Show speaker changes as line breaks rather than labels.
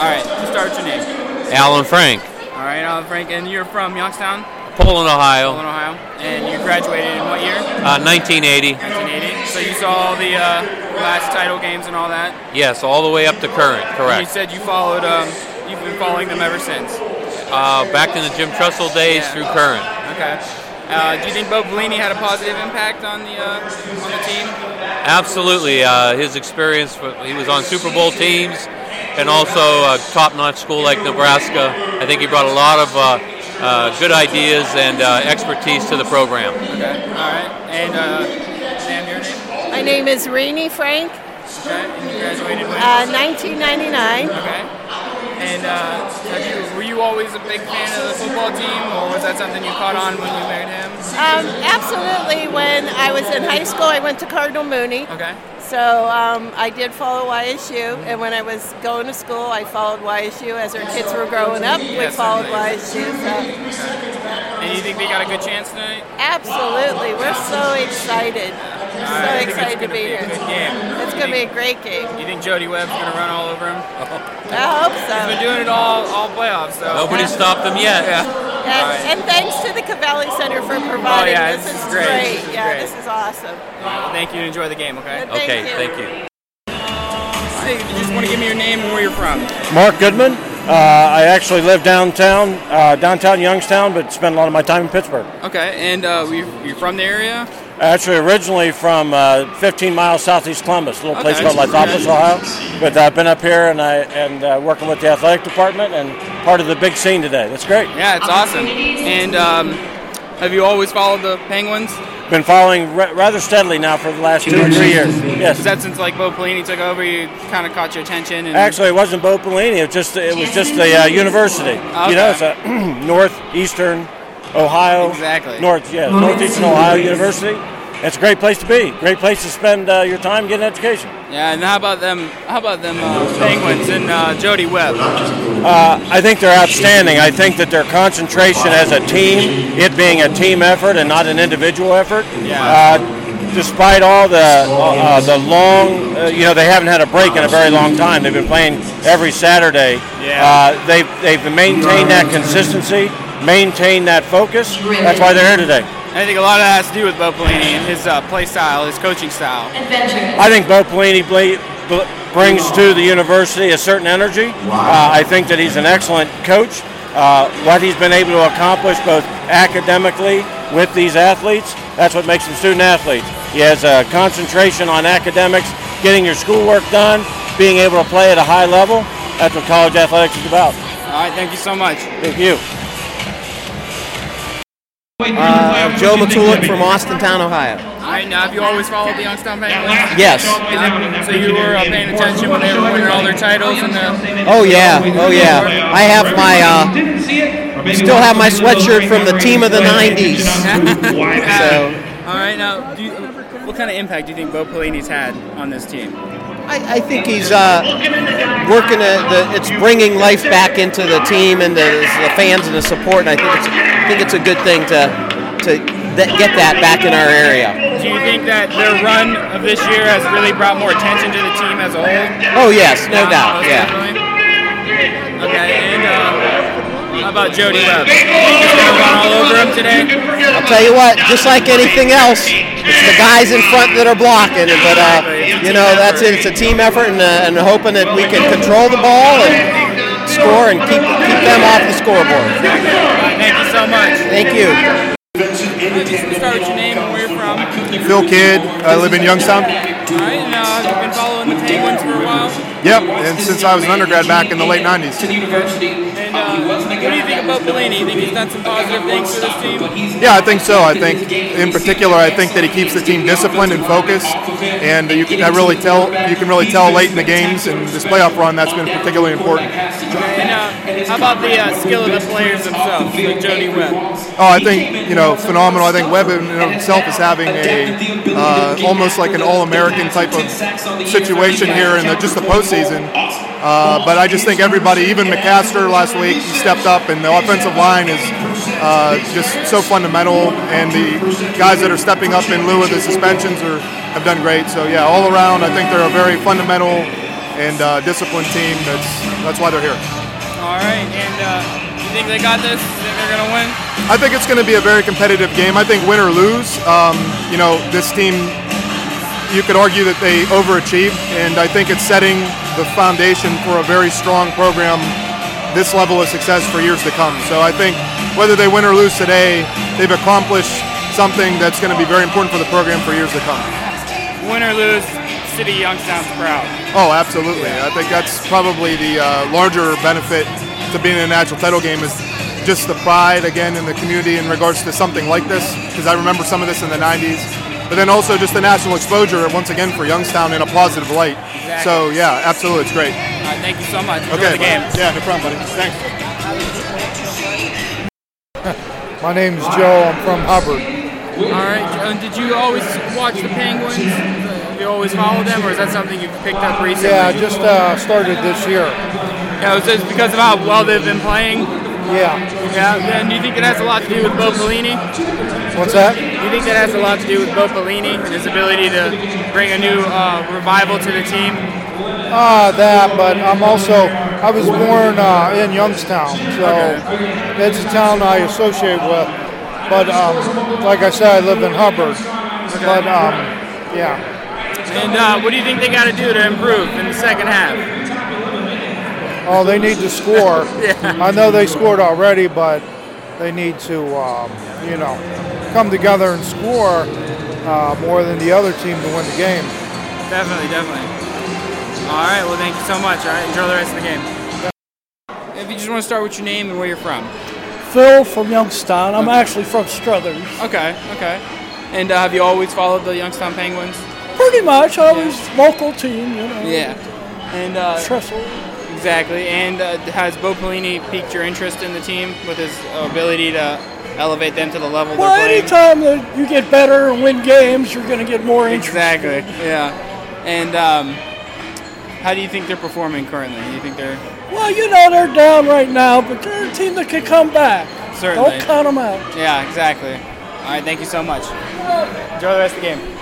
All right, to start your name.
Alan Frank,
All right, Alan Frank, and you're from Youngstown,
Poland, Ohio,
Poland, Ohio, and you graduated in what year?
uh, 1980.
1980. So you saw all the uh, last title games and all that.
Yes, all the way up to current,
And you
correct.
said you followed. Um, you've been following them ever since.
Uh, back in the Jim Trestle days
Yeah.
through current.
Okay. Uh, do you think Bo Pelini had a positive impact on the uh, on the team?
Absolutely, uh, his experience. wa- He was on Super Bowl teams, and also a top-notch school like Nebraska. I think he brought a lot of uh, uh, good ideas and uh, expertise to the program.
Okay. All right. And uh, Sam, your name.
My name is Rainey Frank,
Okay. And you graduated when?
uh, 1999.
Okay. And uh, have you, were you always a big fan of the football team, or was that something you caught on when you married him?
Um, absolutely, when I was in high school, I went to Cardinal Mooney.
Okay.
So um, I did follow YSU, and when I was going to school, I followed YSU. As our kids were growing up, we
Yes,
followed
I
YSU. So
And you think they got a good chance tonight?
absolutely, we're so excited.
All right, I
So
think it's
excited to
gonna
be
a good
here.
game.
It's going to be a great game.
You think Jody Webb's gonna run all over him?
I hope
He's been
so.
doing it all all playoffs. So.
Nobody stopped him yet.
Yeah. right.
And, and thanks to the Cavalli Center for providing.
Oh, yeah,
this
this
is
is great. This is
Yeah,
great.
this is awesome.
Well, thank you and enjoy the game. Okay.
Thank
Okay,
you.
thank you.
Hey, you just want to give me your name and where you're from.
Mark Goodman. Uh, I actually live downtown, uh, downtown Youngstown, but spend a lot of my time in Pittsburgh.
Okay, and uh, we you're from the area.
Actually, originally from uh, 15 miles southeast Columbus, a little place
Okay.
called Lithopolis,
Yeah.
Ohio. But I've been up here and I and uh, working with the athletic department and part of the big scene today. That's great.
Yeah, it's awesome. And um, have you always followed the Penguins?
Been following ra- rather steadily now for the last two or three years.
Is
Yes.
that since like Bo Pelini took over, you kind of caught your attention? And,
Actually, it wasn't Bo Pelini. It was just it was just the uh, university. You know, it's a northeastern Ohio.
Exactly.
North, yeah, northeastern Ohio University. It's a great place to be. Great place to spend uh, your time getting education.
yeah. And how about them? How about them uh, Penguins and uh, Jody Webb?
Uh, I think they're outstanding. I think that their concentration as a team, it being a team effort and not an individual effort,
Yeah.
uh, despite all the uh, the long, uh, you know, they haven't had a break in a very long time. They've been playing every Saturday.
Yeah.
Uh, they've, they've maintained that consistency, maintained that focus. That's why they're here today.
I think a lot of that has to do with Bo Pelini and his uh, play style, his coaching style.
I think Bo Pelini bla- bl- brings to the university a certain energy. Uh, I think that he's an excellent coach. Uh, what he's been able to accomplish both academically with these athletes, that's what makes them student athletes. He has a concentration on academics, getting your schoolwork done, being able to play at a high level. That's what college athletics is about.
All right, thank you so much.
Thank you.
Uh, Joe McCulloch from Austintown, Ohio.
All right, now have you always followed the Youngstown Penguins?
Yes.
Yeah. So you were uh, paying attention when they were winning all their titles and the.
Oh yeah, oh yeah. I have my uh, still have my sweatshirt from the team of the '90s. So
All right, now do you, what kind of impact do you think Bo Pelini's had on this team?
I, I think he's uh, working. A, the, it's bringing life back into the team and the, the fans and the support. And I think it's I think it's a good thing to to th- get that back in our area.
Do you think that their run of this year has really brought more attention to the team as a whole?
Oh yes, no doubt.
Most
Yeah.
definitely. Okay, and uh, how about Jody Webb? You think he's gonna run all over him today?
I'll tell you what, just like anything else, it's the guys in front that are blocking. it, But uh, you know, that's it. It's a team effort, and, uh, and hoping that we can control the ball and score and keep keep them off the scoreboard.
Thank you so much.
Thank you.
Just start with your name and where you're from.
Phil Kidd. I live in Youngstown.
All right, and uh, you've been following the Penguins for a while.
Yep, and since I was an undergrad back in the late 90s.
And uh, what do you think about Bellini? You think he's done some positive things for this team?
Yeah, I think so. I think, in particular, I think that he keeps the team disciplined and focused, and you can I really tell you can really tell late in the games and this playoff run that's been particularly important.
And uh, how about the uh, skill of the players themselves, like Jody Webb?
Oh, I think you know phenomenal. I think Webb in and of himself is having a uh, almost like an all-American type of situation here in the, just the postseason. Uh, but I just think everybody, even McCaster last week, he stepped up, and the offensive line is uh, just so fundamental. And the guys that are stepping up in lieu of the suspensions are have done great. So yeah, all around, I think they're a very fundamental and uh, disciplined team. That's that's why they're here.
All right, and uh, you think they got this? You think they're gonna win?
I think it's going to be a very competitive game. I think win or lose, um, you know, this team, you could argue that they overachieved, and I think it's setting the foundation for a very strong program, this level of success for years to come. So I think whether they win or lose today, they've accomplished something that's going to be very important for the program for years to come.
Win or lose, City Youngstown's proud.
Oh, absolutely. I think that's probably the uh, larger benefit to being in a national title game is just the pride again in the community in regards to something like this because I remember some of this in the 90s. But then also just the national exposure once again for Youngstown in a positive light.
Exactly.
So yeah, absolutely, it's great.
All right, thank you so much. Enjoy
Okay,
the game.
well, yeah, no problem, buddy. Thanks.
My name is Joe. I'm from Hubbard.
All right, and did you always watch the Penguins? You always follow them, or is that something you've picked up recently?
Yeah, I just uh, started this year.
Yeah, it's just because of how well they've been playing.
Yeah.
Yeah, and do you think it has a lot to do with Bo Pelini?
What's that?
Do you think that has a lot to do with Bo Pelini and his ability to bring a new uh, revival to the team?
Ah, that. But I'm also. I was born uh, in Youngstown, so it's a town I associate with. But um, like I said, I live in Hubbard. But um, yeah.
And uh, what do you think they got to do to improve in the second half?
Oh, they need to score. I know they scored already, but they need to, um, you know, come together and score uh, more than the other team to win the game.
Definitely, definitely. All right, well, thank you so much. All right, enjoy the rest of the game. If you just want to start with your name and where you're from.
Phil from Youngstown. I'm actually from Struthers.
Okay, okay. And uh, have you always followed the Youngstown Penguins?
Pretty much, I was local team, you know.
Yeah. And uh,
Trestle.
Exactly. And uh, has Bo Pelini piqued your interest in the team with his ability to elevate them to the level
Well,
they're playing?
anytime that you get better and win games, you're going to get more interest.
Exactly. Yeah. And um, how do you think they're performing currently? Do you think they're
Well, you know they're down right now, but they're a team that can come back.
Certainly.
Don't count them out.
Yeah, exactly. All right, thank you so much. Enjoy the rest of the game.